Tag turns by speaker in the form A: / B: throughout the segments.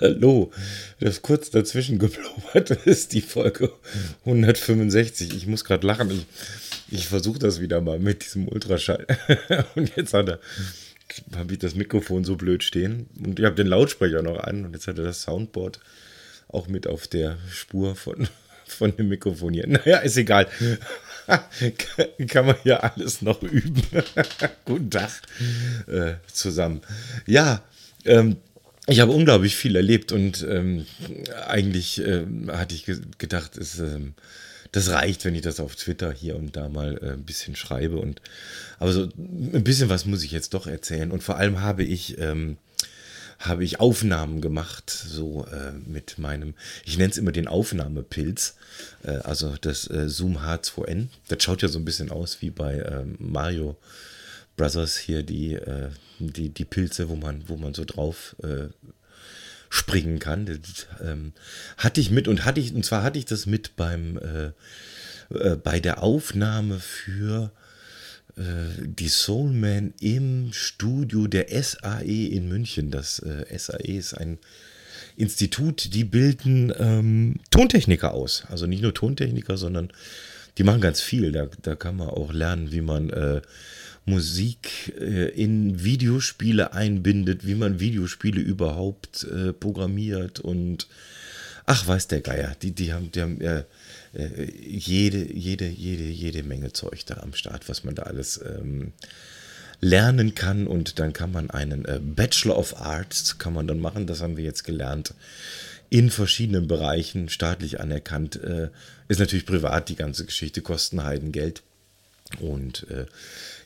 A: Hallo, das kurz dazwischen geblubbert ist die Folge 165. Ich muss gerade lachen. Ich, ich versuche das wieder mal mit diesem Ultraschall. Und jetzt hat er, habe ich das Mikrofon so blöd stehen. Und ich habe den Lautsprecher noch an. Und jetzt hat er das Soundboard auch mit auf der Spur von, von dem Mikrofon hier. Naja, ist egal. Kann man ja alles noch üben. Guten Tag äh, zusammen. Ja, ähm, ich habe unglaublich viel erlebt und ähm, eigentlich ähm, hatte ich ge gedacht, es, ähm, das reicht, wenn ich das auf Twitter hier und da mal äh, ein bisschen schreibe. Und, aber so ein bisschen was muss ich jetzt doch erzählen. Und vor allem habe ich, ähm, habe ich Aufnahmen gemacht, so äh, mit meinem, ich nenne es immer den Aufnahmepilz, äh, also das äh, Zoom H2N. Das schaut ja so ein bisschen aus wie bei äh, Mario. Brothers hier die, äh, die, die Pilze, wo man, wo man so drauf äh, springen kann. Das, ähm, hatte ich mit und hatte ich, und zwar hatte ich das mit beim äh, äh, bei der Aufnahme für äh, die Soulman im Studio der SAE in München. Das äh, SAE ist ein Institut, die bilden ähm, Tontechniker aus. Also nicht nur Tontechniker, sondern die machen ganz viel. Da, da kann man auch lernen, wie man äh, Musik äh, in Videospiele einbindet, wie man Videospiele überhaupt äh, programmiert und ach, weiß der Geier, die, die haben, die haben äh, jede, jede, jede, jede Menge Zeug da am Start, was man da alles ähm, lernen kann und dann kann man einen äh, Bachelor of Arts kann man dann machen, das haben wir jetzt gelernt in verschiedenen Bereichen staatlich anerkannt. Äh, ist natürlich privat die ganze Geschichte, kosten Heiden Geld. Und äh,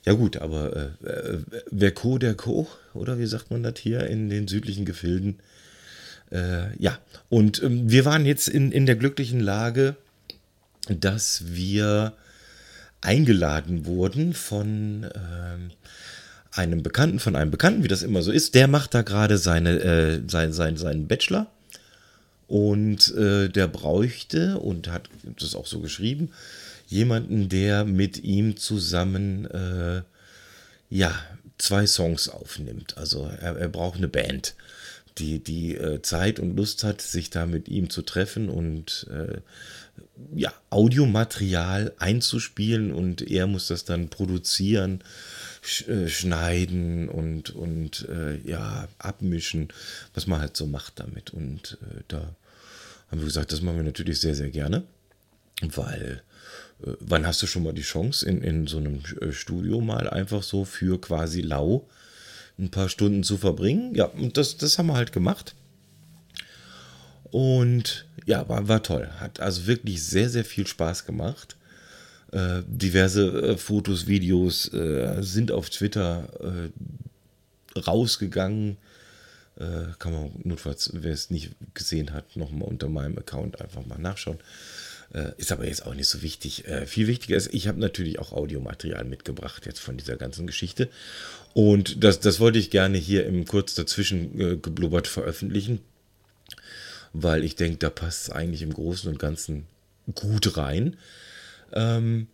A: ja gut, aber äh, wer Co, der Co, oder wie sagt man das hier in den südlichen Gefilden? Äh, ja, und ähm, wir waren jetzt in, in der glücklichen Lage, dass wir eingeladen wurden von ähm, einem Bekannten, von einem Bekannten, wie das immer so ist. Der macht da gerade seine, äh, sein, sein, seinen Bachelor und äh, der bräuchte und hat das auch so geschrieben, jemanden, der mit ihm zusammen äh, ja zwei Songs aufnimmt. Also er, er braucht eine Band, die die äh, Zeit und Lust hat, sich da mit ihm zu treffen und äh, ja Audiomaterial einzuspielen und er muss das dann produzieren, sch äh, schneiden und und äh, ja abmischen, was man halt so macht damit. Und äh, da haben wir gesagt, das machen wir natürlich sehr sehr gerne, weil Äh, wann hast du schon mal die Chance, in, in so einem äh, Studio mal einfach so für quasi lau ein paar Stunden zu verbringen? Ja, und das, das haben wir halt gemacht. Und ja, war, war toll. Hat also wirklich sehr, sehr viel Spaß gemacht. Äh, diverse äh, Fotos, Videos äh, sind auf Twitter äh, rausgegangen. Äh, kann man notfalls, wer es nicht gesehen hat, nochmal unter meinem Account einfach mal nachschauen. Äh, ist aber jetzt auch nicht so wichtig. Äh, viel wichtiger ist, ich habe natürlich auch Audiomaterial mitgebracht jetzt von dieser ganzen Geschichte. Und das, das wollte ich gerne hier im kurz dazwischen äh, geblubbert veröffentlichen, weil ich denke, da passt es eigentlich im Großen und Ganzen gut rein. Ähm,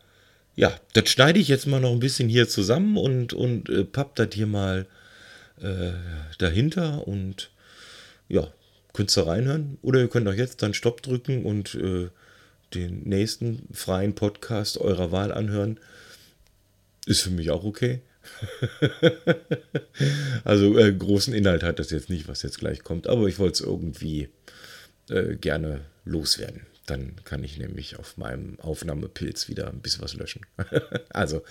A: ja, das schneide ich jetzt mal noch ein bisschen hier zusammen und, und äh, papp das hier mal äh, dahinter und ja, könnt ihr reinhören oder ihr könnt auch jetzt dann Stopp drücken und äh, den nächsten freien Podcast eurer Wahl anhören. Ist für mich auch okay. also äh, großen Inhalt hat das jetzt nicht, was jetzt gleich kommt, aber ich wollte es irgendwie äh, gerne loswerden. Dann kann ich nämlich auf meinem Aufnahmepilz wieder ein bisschen was löschen. also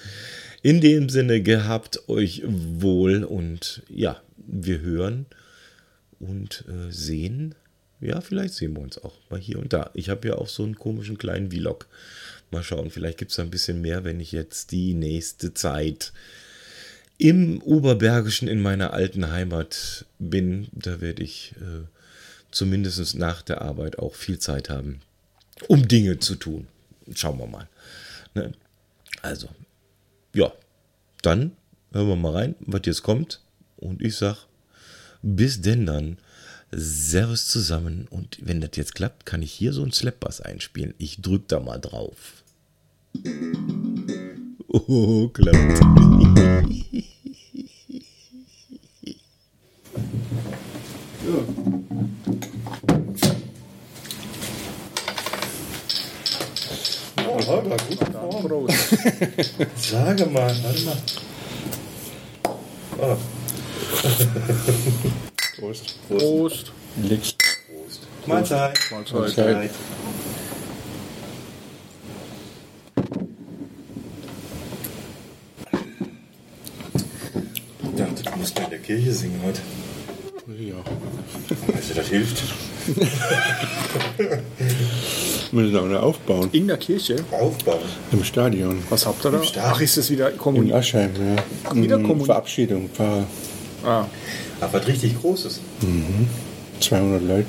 A: in dem Sinne gehabt euch wohl und ja, wir hören und äh, sehen ja, vielleicht sehen wir uns auch mal hier und da. Ich habe ja auch so einen komischen kleinen Vlog. Mal schauen, vielleicht gibt es da ein bisschen mehr, wenn ich jetzt die nächste Zeit im Oberbergischen in meiner alten Heimat bin. Da werde ich äh, zumindest nach der Arbeit auch viel Zeit haben, um Dinge zu tun. Schauen wir mal. Ne? Also, ja, dann hören wir mal rein, was jetzt kommt. Und ich sag, bis denn dann. Servus zusammen und wenn das jetzt klappt, kann ich hier so einen Slap-Bass einspielen. Ich drück da mal drauf. Oh, klappt.
B: So,
A: aber gut Form. Sage mal, warte mal. Ah.
C: Prost.
A: Prost.
C: Nix.
A: Mahlzeit.
C: Mahlzeit.
A: Mahlzeit.
B: Ich dachte, du musst mal in der Kirche singen heute.
C: Ja.
B: Also das hilft.
C: Müssen wir auch noch aufbauen.
A: In der Kirche?
B: Aufbauen.
C: Im Stadion.
A: Was habt ihr da?
B: Stadion.
A: Ach, ist das wieder
C: In
A: Kommuni?
C: Aschheim, ja.
A: wieder
C: Mm,
A: Kommun-
C: Verabschiedung. Paar
A: Ah.
B: Aber was richtig Großes.
C: 200 Leute.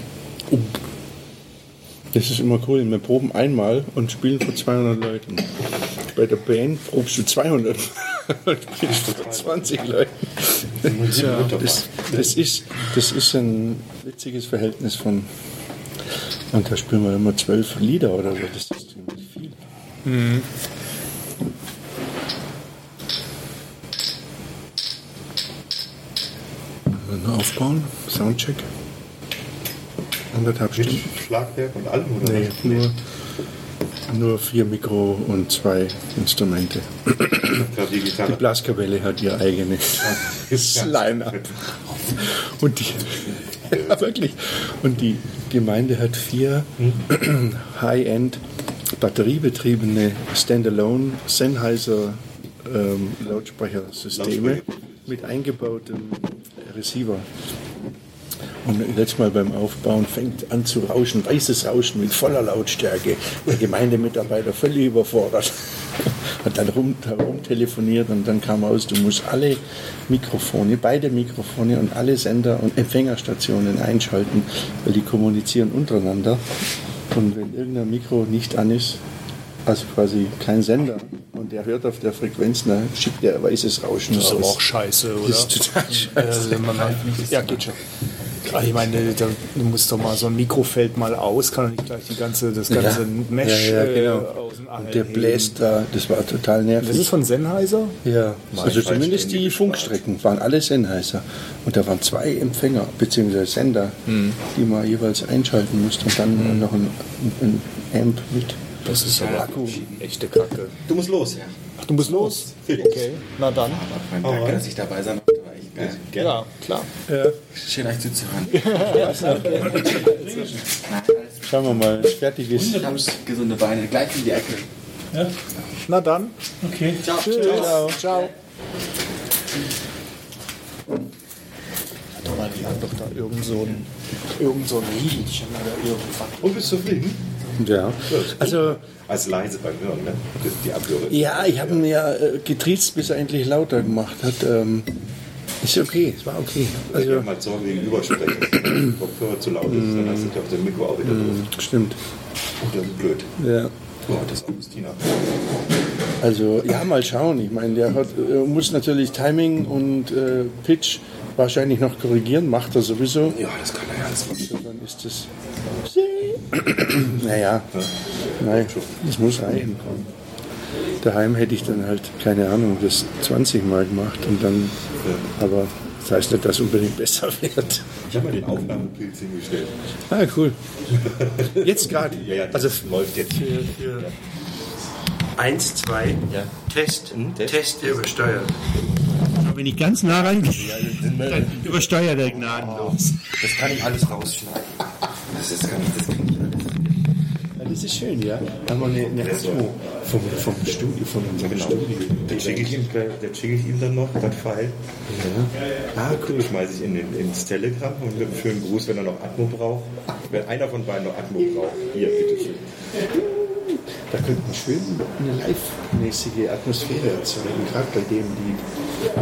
C: Das ist immer cool. Wir proben einmal und spielen vor 200 Leuten. Bei der Band probst du 200 und spielst vor 20 Leuten.
A: Ja,
C: Das, das, ist, das ist ein witziges Verhältnis von. Und da spielen wir immer zwölf Lieder oder so. Das ist ziemlich viel. Also noch aufbauen, Soundcheck. Anderthalb Stunden.
A: Schlagwerk und allem,
C: Nee, nur, nur vier Mikro und zwei Instrumente.
A: die
C: Die
A: Gitarre.
C: Blaskapelle hat ihr eigene Line-Up. Und die, ja, wirklich. Und die Gemeinde hat vier High-End batteriebetriebene Standalone Sennheiser ähm, Lautsprechersysteme mit eingebautem Receiver. Und letztes Mal beim Aufbauen fängt an zu rauschen, weißes Rauschen mit voller Lautstärke. Der Gemeindemitarbeiter völlig überfordert. Hat dann rum, herum telefoniert und dann kam raus, du musst alle Mikrofone, beide Mikrofone und alle Sender und Empfängerstationen einschalten, weil die kommunizieren untereinander. Und wenn irgendein Mikro nicht an ist, also quasi kein Sender, und der hört auf der Frequenz, dann schickt der weißes Rauschen
D: Das ist aber
C: raus.
D: auch scheiße, oder?
C: Das ist total scheiße.
D: Äh, wenn man halt, ja, geht schon. Aber ich meine, da, du musst doch mal so ein Mikrofeld mal aus, kann doch nicht gleich die ganze, das ganze Mesh
C: ja, ja, genau.
D: äh, aus dem All
C: Und der
D: heben.
C: bläst da, das war total nervig.
D: Das ist von Sennheiser?
C: Ja, also
B: Mein
C: zumindest die
B: Feinständiges
C: Funkstrecken waren alle Sennheiser. Und da waren zwei Empfänger bzw. Sender, die man jeweils einschalten musste und dann noch ein, ein Amp mit.
D: Das ist aber Akku. Echte Kacke.
A: Du musst los.
D: Ach, du musst los? Okay, na dann.
E: Mein Dank, dass ich dabei sein durfte, war echt geil.
D: Ja, klar.
E: Schön, euch zuzuhören.
C: Schauen wir mal, wenn's fertig ist.
E: Ich hab's gesunde Beine, gleich in die Ecke.
D: Na dann.
E: Ciao.
D: Ciao. Ciao. Warte mal, die hat doch da irgend so ein, irgend so ein Riedchen oder irgendwas.
A: Und bist du zufrieden?
C: Ja, also
A: Als leise beim Hören, ne? Das ist Die Abhöre.
C: ja, ich habe ihn ja äh, getriezt, bis er endlich lauter gemacht hat. Ähm, ist okay, es war okay.
A: Also,
C: Also
A: wenn man so gegenüber sprechen, wenn der Kopfhörer zu laut ist, dann hast du dich auf dem Mikro auch wieder
C: Mm.
A: doof.
C: stimmt.
A: Und Oh, das ist blöd.
C: Ja.
A: Oh, das ist Augustina.
C: Also ja, mal schauen. Ich meine, der hat, äh, muss natürlich Timing und äh, Pitch wahrscheinlich noch korrigieren, macht er sowieso.
A: Ja, das kann er ja alles machen.
C: Dann ist es. naja, nein, das muss reichen. Daheim hätte ich dann halt, keine Ahnung, das 20 Mal gemacht und dann, aber das heißt nicht, dass unbedingt besser wird.
A: Ich habe mal den Aufnahmepilz hingestellt.
C: Ah, cool. Jetzt gerade.
A: Ja, ja, das
C: Also
A: läuft jetzt.
F: für, für 1, 2, Test, Test, übersteuert. Aber wenn ich ganz nah rangehe, dann übersteuert er gnadenlos.
E: Das kann ich alles rausschneiden. Das ist gar nicht, das kann ich alles.
C: Ja, Das ist schön, ja. Da haben wir eine, eine Atmo vom, vom Studio, von unserem
A: genau.
C: Studio.
A: Dann schicke ich, ihm gleich- dann schicke ich ihm dann noch das Pfeil. Ah, cool. Schmeiße ich in den, ins Telegram und mit einem schönen Gruß, wenn er noch Atmo braucht. Wenn einer von beiden noch Atmo braucht, hier, bitteschön.
C: Da könnte man schön eine live-mäßige Atmosphäre erzeugen, gerade bei dem Lied.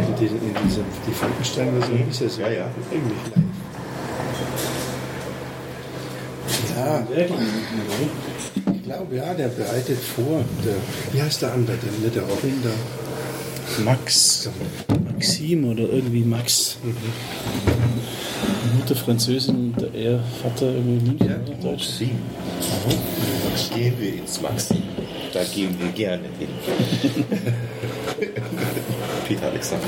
C: In, die- in diesem, die Frankenstein oder so ist ja so.
A: Ja, ja.
C: Eigentlich live. Ja, ich glaube, ja, der bereitet vor. Der, wie heißt der andere? Der nette Robin da.
G: Max. Maxim oder irgendwie Max. Mutter Französin, der er Vater irgendwie München, oder? Deutsch.
A: Maxim. Gehen wir ins Maxim. Da gehen wir gerne hin.
B: Peter Alexander.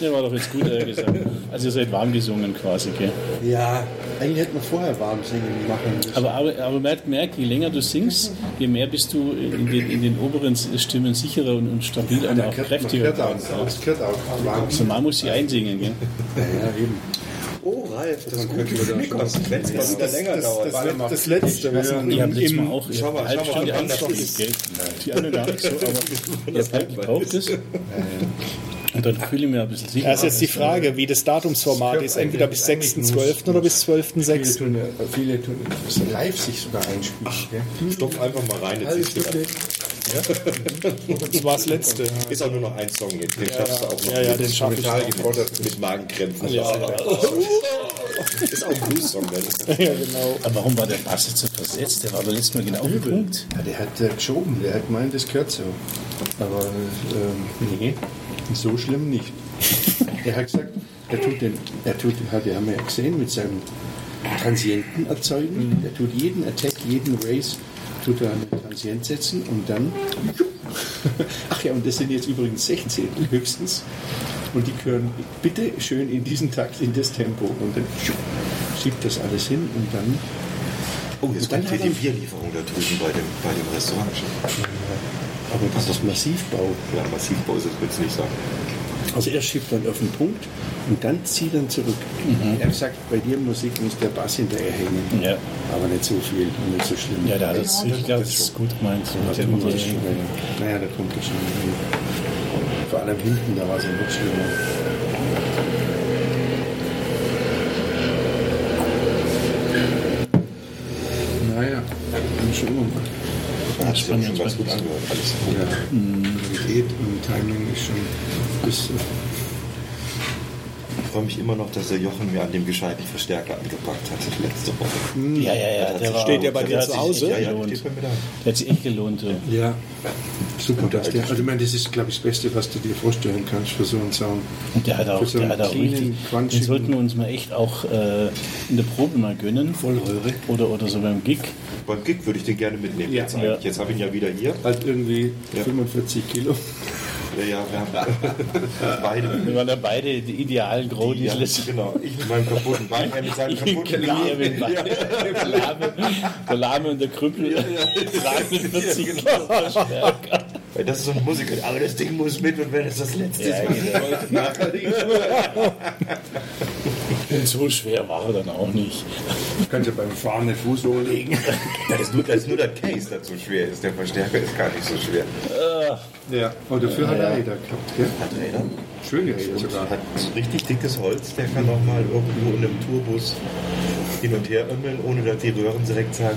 H: Der war doch jetzt gut äh, gesagt. Also ihr seid warm gesungen quasi, gell?
C: Ja, eigentlich hätten wir vorher warm singen machen müssen.
H: Aber, aber, aber man hat gemerkt, je länger du singst, je mehr bist du in den, in den oberen Stimmen sicherer und, und stabiler und auch kräftiger.
C: gehört auch. Das gehört auch. Warm.
H: Also man muss sie einsingen, gell?
C: Ja, eben.
B: Oh, Ralf, das könnte wieder wenn es mal wieder länger
C: Das,
B: dauert.
C: das,
B: Warte mal.
C: das, das letzte, was im,
H: Ihr habt letztes
C: im,
H: Also Mal auch ihr
B: schau
H: habt
B: mal,
H: eine halbe
B: schau mal,
H: Stunde
B: wann das
H: angeschlossen,
B: ist.
H: gell? Die anderen gar nicht so, aber ihr habt halt gebraucht es. Und dann fühle ich mich ein bisschen sicher.
B: Also-
D: Das ist jetzt die Frage, wie das Datumsformat ist. Entweder bis 6.12. oder bis
C: viele
D: 12.06.
C: tun, ja- viele tun müssen live sich sogar einspielen. gell?
B: Stopf einfach mal rein. Jetzt
C: Halbe
B: siehst du das.
C: Stunde.
D: Das war das Letzte.
B: Ist auch nur noch ein Song jetzt. Den schaffst du auch noch.
D: Ja, ja, den schaff ich
B: Total gefordert mit Magenkrämpfen. Ist auch ein Blues-Song. ne?
D: Ja, genau.
H: Aber warum war der Bass jetzt so versetzt? Der war aber letztes Mal genau im Punkt.
C: Ja, der hat äh, geschoben, der hat gemeint, das gehört so. Aber ähm, nee, so schlimm nicht. er hat gesagt, er tut den, er tut, hat, wir haben ja gesehen, mit seinem Transienten erzeugen, er tut jeden Attack, jeden Race, tut er einen Transient setzen und dann. Ach ja, und das sind jetzt übrigens 16 höchstens. Und die können bitte schön in diesen Takt, in das Tempo. Und dann schiebt das alles hin und dann.
B: Oh, jetzt
C: Und dann
B: kommt hier
C: hat
B: die
C: er-
B: Bierlieferung da drüben bei dem, bei dem Restaurant.
C: Aber das ist Massivbau.
B: Ja, Massivbau ist es, willst du nicht sagen.
C: Also er schiebt dann auf den Punkt und dann zieht er zurück. Er sagt, bei dir Musik muss der Bass hinterherhängen.
H: Mhm. Ja.
C: Aber nicht so viel und nicht so schlimm.
H: Ja, der hat das, ich glaube, das ist gut gemeint.
C: Da
H: Ich
C: kommt das schon.
H: hätte-
C: Naja, da kommt das schon. Vor allem hinten, da war es ja noch schlimmer. Naja, haben schon immer mal.
B: Hat sich auch schon ganz gut angehört. Alles gut.
C: Ja.
H: Mhm.
C: Qualität und Timing ist schon bis
B: Ich freue mich immer noch, dass der Jochen mir an dem gescheiten Verstärker angepackt hat letzte Woche.
H: Ja, ja, ja. Der war,
D: Steht der bei dir
H: hat
D: zu
H: sich
D: Hause?
H: echt
B: Ja, ja,
H: gelohnt.
B: steht bei mir da.
H: Der hat sich echt gelohnt. äh. ja.
C: Ja, super. Dass der, also ich meine, das ist, glaube ich, das Beste, was du dir vorstellen kannst für so einen Sound.
H: Und der hat auch,
C: Für so
H: der
C: einen
H: hat auch
C: cleanen,
H: richtig. Den
C: crunchigen-
H: sollten wir uns mal echt auch äh, in der Probe mal gönnen.
C: Vollröhre.
H: Oder, oder so beim Gig.
B: Beim Gig würde ich den gerne mitnehmen.
C: Ja.
B: jetzt eigentlich. jetzt habe ich ihn ja wieder hier.
C: Halt irgendwie
B: Ja.
C: 45 Kilo.
B: Ja, ja, wir haben beide.
H: Wir waren ja beide die idealen
B: Ja,
H: Grohdiesels.
B: genau, ich mit meinem kaputten Bein, er mit seinem
H: Ich
B: kaputten
H: kenne
B: Bein.
H: mit beiden. Genau, Der Lahme, der Lahme und der Krüppel. Tragen mit 40 Kilo
C: genau.
H: Verstärker.
B: Weil das ist so ein Musiker, aber das Ding muss mit und wenn es das letzte
H: Ja,
B: ist,
H: genau. Und so schwer war er dann auch nicht.
C: Kannst ja beim Fahren den Fuß hochlegen.
B: Ja, das, ist nur, das ist nur der Case, der so schwer ist. Der Verstärker ist gar nicht so schwer.
C: Ja, und dafür hat er Räder gehabt, gell?
B: Hat Räder
C: Schöne Räder
B: und
H: Genau.
C: sogar.
B: hat so richtig dickes Holz. Der kann auch mal irgendwo in einem Tourbus hin und her ömmeln, ohne dass die Röhren direkt sagen,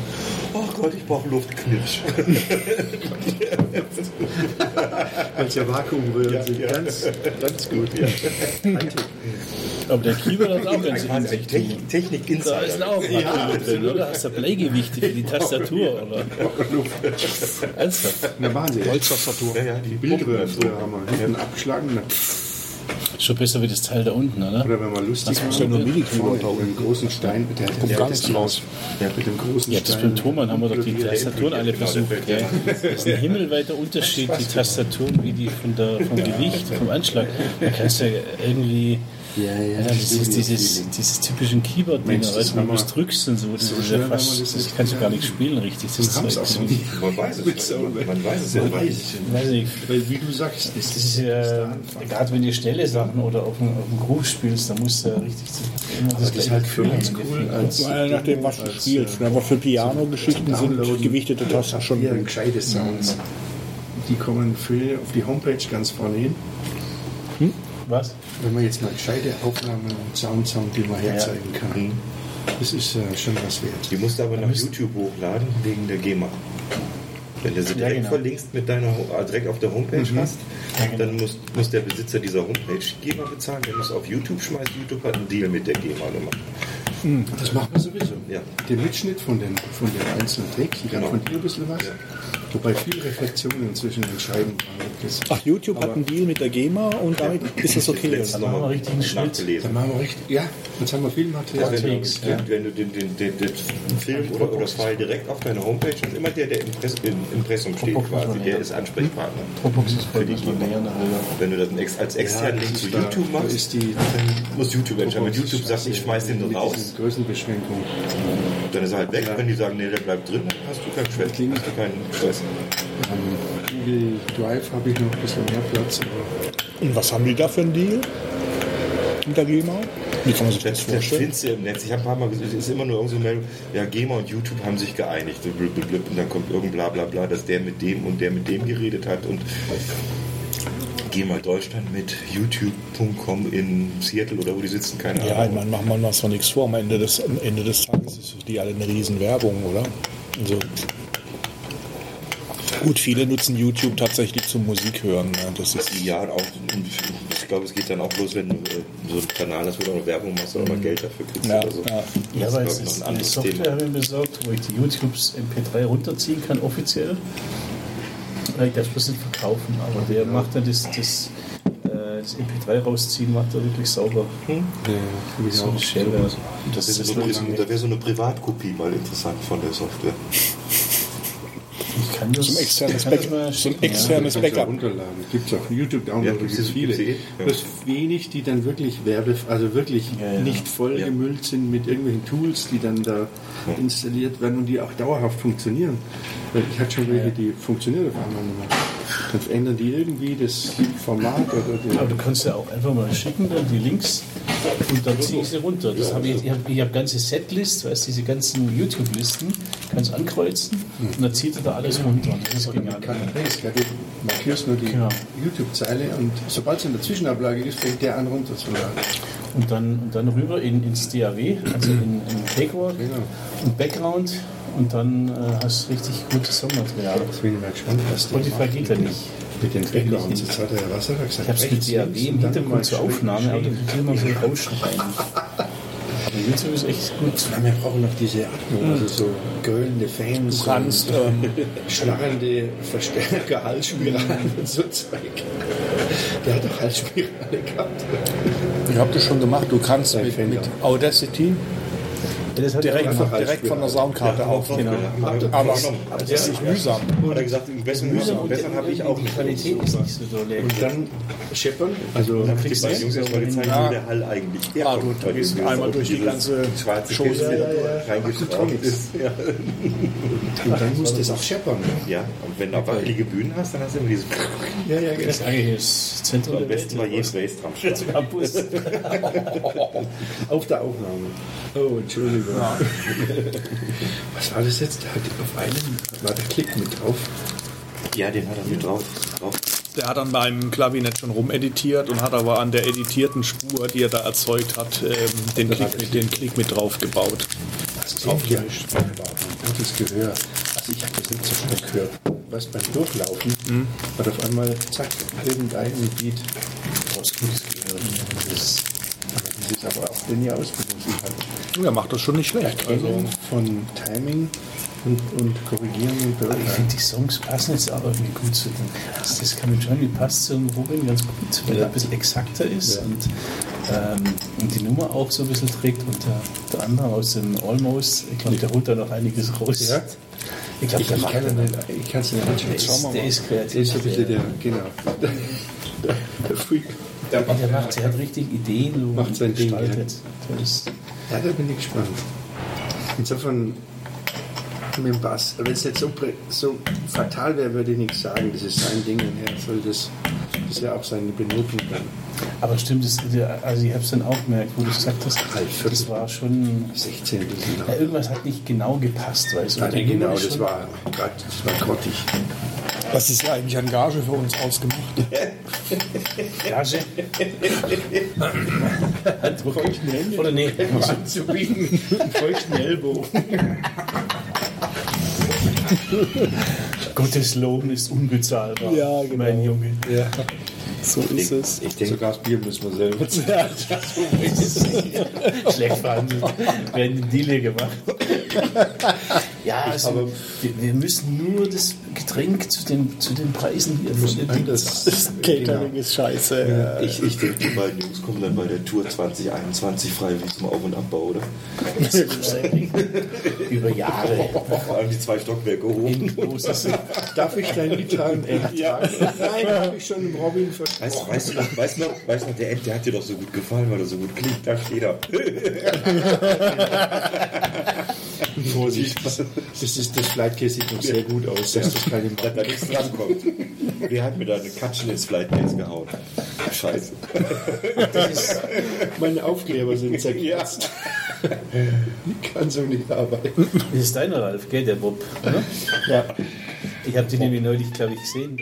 B: oh Gott, ich brauche Luftknirsch.
C: Weil es ja Vakuumröhren sind. Ganz, ganz gut.
H: Aber der Kieber hat auch ganz in sich.
B: Technik, Technik
H: Da ist ein
B: Insider.
H: Aufwand drin, oder? Hast du Bleigewichte für die Tastatur, oder? Ernsthaft?
C: Na, Wahnsinn.
D: Holztastatur.
B: Ja, ja, die
C: Bildröhren
B: Bildröhren.
C: früher haben wir hinten abgeschlagen. ne?
H: Schon besser wie das Teil da unten, oder?
C: Oder wenn man lustig
H: Das muss
C: war,
H: ja nur
C: vorne mit dem großen Stein. Der hat
D: gar nichts raus.
C: Ja, mit dem großen
H: Ja, das
C: Stein.
H: beim Thomann haben wir doch die Tastaturen alle versucht. Gell? Das ist ein himmelweiter Unterschied, die Tastaturen, wie die von der, vom Gewicht, vom Anschlag. Da kannst du ja irgendwie.
C: Ja, ja,
H: Alter, das
C: stimmt,
H: ist dieses,
C: Feeling.
H: dieses typische Keyboard-Ding,
C: Mensch, das
H: weißt du, wenn
C: haben
H: du es
C: wir-
H: drückst und so, das,
C: so
H: ist
C: schnell
H: ja
C: haben wir
H: fast,
C: das
H: das,
C: nicht
H: kannst du gar
C: gelernt.
H: nicht spielen, richtig. Das also,
C: haben es
H: Zeug.
C: auch so nie.
B: Man weiß es ja. Man weiß es ja. nicht.
H: Weiß nicht.
C: Weil, wie du sagst,
H: Das ist ja, gerade wenn du schnelle Sachen oder auf dem, auf dem Groove spielst, da musst du ja richtig zu- immer das
C: ist
H: gleiche
C: halt
H: Gefühl
C: völlig
H: haben.
C: cool als
D: Mal nachdem, was du spielst. ne? Aber für Piano-Geschichten sind gewichtete Tasten schon
C: Ja, gescheite Sounds. Die kommen viel auf die Homepage ganz vorne hin.
H: Was?
C: Wenn man jetzt mal gescheite Aufnahmen und Sounds haben, die man herzeigen
B: Mhm.
C: kann, das ist äh, schon was wert.
B: Die musst du aber nach YouTube hochladen wegen der GEMA. Wenn du sie direkt
H: genau.
B: verlinkst mit deiner Ho- äh, direkt auf der Homepage
C: Mhm.
B: hast,
C: genau.
B: dann muss, muss der Besitzer dieser Homepage GEMA bezahlen, der muss auf YouTube schmeißt. YouTube hat einen Deal mit der GEMA gemacht.
C: Das machen wir sowieso.
B: Ja.
C: Den Mitschnitt von den, von den einzelnen Tracks, jeder
B: Genau.
C: von dir ein bisschen was. Wobei viel Reflexion inzwischen entscheidend war.
B: Ah,
D: Ach, YouTube hat einen Deal mit der GEMA und damit ist das okay.
B: Letztes
D: oder?
B: noch mal
H: richtig
C: Dann
B: nachgelesen. Also
C: machen wir recht. Ja, jetzt haben wir viel Material.
B: Wenn du,
H: Tricks,
B: wenn- wenn du den, den, den, den Film oder, oder File direkt auf deine Homepage und immer der, der im, Press, im Impressum steht, quasi, der ist Ansprechpartner. Für die Kinder. Wenn du das ein ex- als externen Link zu YouTube
C: da
B: machst,
C: ist die
B: muss YouTube entscheiden. Wenn YouTube sagt, ich schmeiß den
C: mit
B: raus,
C: diesen Größenbeschränkungen.
B: dann ist er halt weg. Wenn die sagen, nee, der bleibt drin, dann hast du keinen Stress. Hast du keinen Stress.
C: Am Google Drive habe ich noch ein bisschen mehr Platz. Aber äh,
D: Und was haben die da für einen Deal mit der GEMA? Wie kann man sich das
B: Das, das
D: vorstellen?
B: findest du im Netz. Ich habe ein paar Mal gesehen, es ist immer nur irgendeine so eine Meldung, ja, GEMA und YouTube haben sich geeinigt. Und blub, blub, blub. Und dann kommt irgendein bla bla bla, dass der mit dem und der mit dem geredet hat. Und GEMA Deutschland mit YouTube.com in Seattle oder wo die sitzen, keine Ahnung.
D: Ja, ich meine, machen wir uns doch nichts vor. Am Ende des, am Ende des Tages ist die alle eine Riesenwerbung, oder? Also, gut, viele nutzen YouTube tatsächlich zum Musik hören. Ne? Das ist
B: ja, und auch, ich glaube, es geht dann auch los, wenn du äh, so einen Kanal hast, wo du auch noch Werbung machst oder mal Geld dafür kriegst
D: Ja,
B: oder so.
D: ja.
H: Ja,
B: Das
H: aber
B: ist,
H: es
B: glaub ich,
H: ist
B: noch
H: eine Software, habe ich mir besorgt, wo ich die YouTubes MP3 runterziehen kann, offiziell. Äh, Ich darf es bloß nicht verkaufen, aber der macht dann das, das, äh, das MP3 rausziehen, macht er wirklich sauber. So eine Schelle. Und Das
B: Das
H: ist
B: ist so
H: nur-
B: eine, da wäre so eine Privatkopie mal interessant von der Software.
H: Ich kann das,
D: so ein externes,
H: ich kann das
D: Back,
H: mal
D: so ein
H: schicken, ja.
D: externes
C: kannst du
D: Backup.
C: runterladen. Gibt es auf YouTube Download,
B: Ja, gibt's
C: gibt's
B: die-
C: viele.
B: gibt's die? Ja.
C: Das wenig, die dann wirklich werbe, also wirklich
H: Ja, ja.
C: nicht vollgemüllt sind mit irgendwelchen Tools, die dann da installiert werden und die auch dauerhaft funktionieren. Weil ich hatte schon welche, die funktionieren auf einmal nicht mehr. Dann verändern die irgendwie das Format oder den
H: Aber du kannst ja auch einfach mal schicken, dann die Links und dann ziehe ich sie runter. Das hab ich ich habe ich hab ganze Setlist, weißt du, diese ganzen YouTube-Listen, kannst ankreuzen
B: Hm.
H: und dann zieht er da alles runter. Das ist genial.
C: Keine Base, gell? Du markierst nur die
H: Genau.
C: YouTube-Zeile und sobald es in der Zwischenablage ist, fängt der an runterzuladen.
H: Und dann, und dann rüber in, ins DAW, also in, in Takework und Background und dann äh, hast du richtig gutes Songmaterial.
C: Ich bin mal gespannt, was der
H: Spotify geht ja nicht.
C: mit den Backgrounds. Jetzt hat er ja was hat er gesagt.
H: Ich habe es mit
C: Rechts,
H: DAW
C: links
H: im
C: und dann mal
H: Hintergrund zur
C: schräg,
H: Aufnahme, aber da
C: schräg.
H: kriegt immer so ein Rauschen rein. Aber YouTube ist echt gut.
C: Ja, wir brauchen noch diese
H: Hm.
C: Atmung, also so grölende Fans,
D: Du kannst,
C: und
H: ähm,
C: schnarrende Verstärker, Halsspiralen und so Zeug. Der hat doch Halsspirale gehabt.
D: Ich habe das schon gemacht. Du kannst mit,
C: Fender.
D: mit Audacity direkt, von,
C: einfach
D: direkt von der Soundkarte aufnehmen. Genau. Aber
B: Also
D: das ist mühsam.
B: Hat er gesagt, im besten, im besten habe ich auch
H: die
B: nicht.
H: Qualität ist nicht so doll.
C: Und dann scheppern, also
B: Dann kriegst du den Jungs erstmal gezeigt, wo der Hall eigentlich herkommt.
D: Ah, du-
B: weil
D: du-
B: wir-
D: einmal durch die
B: diese
D: ganze
B: schwarze
D: Chose.
B: Kiste
D: Ja,
B: reingetragen ist. Ja.
C: und dann muss das auch scheppern.
B: ja, und wenn du wackelige Bühnen hast, dann hast du immer dieses
C: Ja, ja, genau.
H: Das ist eigentlich das Zentrum
B: am
H: der
B: besten bei jedem
H: Welt.
B: Racetraum.
H: Campus.
C: Auf der Aufnahme. Oh, Entschuldigung. Was war das jetzt? Da hat auf einem war der Klick mit drauf.
B: Ja, den hat er mit drauf. drauf.
D: Der hat dann beim Klavinett schon rumeditiert und hat aber an der editierten Spur, die er da erzeugt hat, ähm, den, Klick mit, den Klick mit drauf gebaut.
C: Was ist drauf? Ja, ich habe auch ein gutes Gehör. Also ich habe das nicht so schnell gehört. Was beim Durchlaufen hat auf einmal, zack, irgendein Beat rausgutes Gehör. Das, aber das ist aber auch, wenn ihr ausgeglichen habt.
D: Ja, macht das schon nicht schlecht. Also,
C: Erkennen von Timing und, und Korrigieren und
H: Ich
C: Beurteilen.
H: finde, die Songs passen jetzt aber irgendwie gut zu dem. Also das Coming Johnny passt zum Robin ganz gut, weil er ein bisschen exakter ist und, ähm, und die Nummer auch so ein bisschen trägt. Und der, der andere aus dem Almost, ich glaube, der holt da noch einiges raus.
C: Ja?
H: Ich glaube,
C: Ich
H: der
C: kann
H: macht
C: es
H: dann
C: nicht, ich kann's nicht anschauen.
H: Der ist, der ist kreativ.
C: Der ist so ein bisschen
H: der,
C: der, genau. Der, der Freak.
H: der, der, macht, der hat richtig Ideen und
C: Macht sein Ding,
H: gestaltet. Das ist,
C: Ja, da bin ich gespannt. Insofern mit dem Bass. Wenn es jetzt so, prä- so fatal wäre, würde ich nichts sagen. Das ist sein Ding und er soll das, das ist ja auch seine Benotung dann.
H: aber stimmt, das, der, also ich habe es dann auch gemerkt, wo du gesagt hast,
C: Halb
H: das war schon
C: 16 ein bisschen
H: Ja,
C: laut.
H: irgendwas hat nicht genau gepasst, weißt du?
C: Nein,
H: Die
C: genau,
H: Nummer ist
C: das
H: schon-
C: war gerade, das war grottig.
D: was ist ja eigentlich an Gage für uns ausgemacht?
H: Gage. Handdruck. Oder nee.
C: Anzubieten, feuchten Ellbogen.
H: Gottes Lohn ist unbezahlbar.
D: Ja, genau.
H: Mein Junge.
D: Ja. So ist es.
B: Ich denke,
C: Sogar das Bier müssen wir selber ziehen.
H: Schlecht verhandelt. Werden in Deal hier gemacht. Ja, also, wir, wir müssen nur das Getränk zu den, zu den Preisen hier von den
D: Das Catering ist scheiße. Ja.
B: ich, ich denke, die beiden Jungs kommen dann bei der Tour 2021 freiwillig zum Auf- und Abbau, oder?
H: über Jahre.
B: Vor allem die zwei Stockwerke hoch.
H: Großes
C: Darf ich dein Lied haben? Ja. Nein, habe ich schon dem Robin versprochen.
B: Weißt, weißt, du noch, weißt, du noch, weißt du noch, der Ed, der hat dir doch so gut gefallen, weil er so gut klingt. Da steht er.
C: Vorsicht. Das, ist, das Flightcase sieht noch sehr gut aus. Dass das keine
B: Dass da nichts dran kommt. Wer hat mir da eine Katschel ins Flightcase gehauen? Scheiße.
C: Meine Aufkleber sind zerkratzt. Ich kann so nicht arbeiten.
H: Das ist deiner Ralf, gell, der Bob. Ne?
C: Ja.
H: Ich habe den nämlich neulich, glaube ich, gesehen.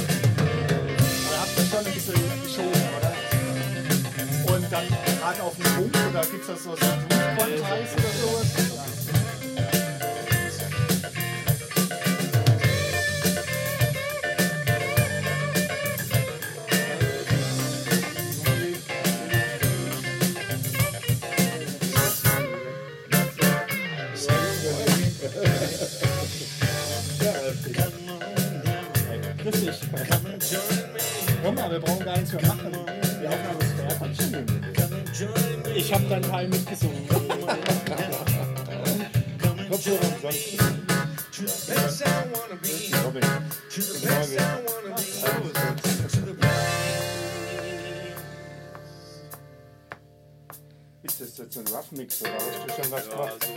I: Und habt das schon ein bisschen geschoben, oder? Und dann gerade auf den Punkt, oder gibt es das so so einen Punkt-Heiß oder sowas? Grüß dich. Komm mal, wir brauchen gar nichts mehr machen. Die Aufnahme ist fertig. Ich habe deinen Teil mitgesungen.
C: Ist das jetzt ein Rough Mix oder hast du schon was gemacht?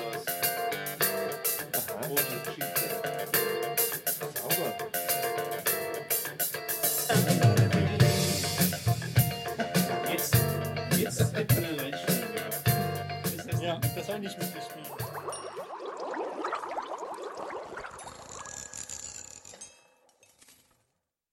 I: Ja, das habe ich nicht mitgespielt.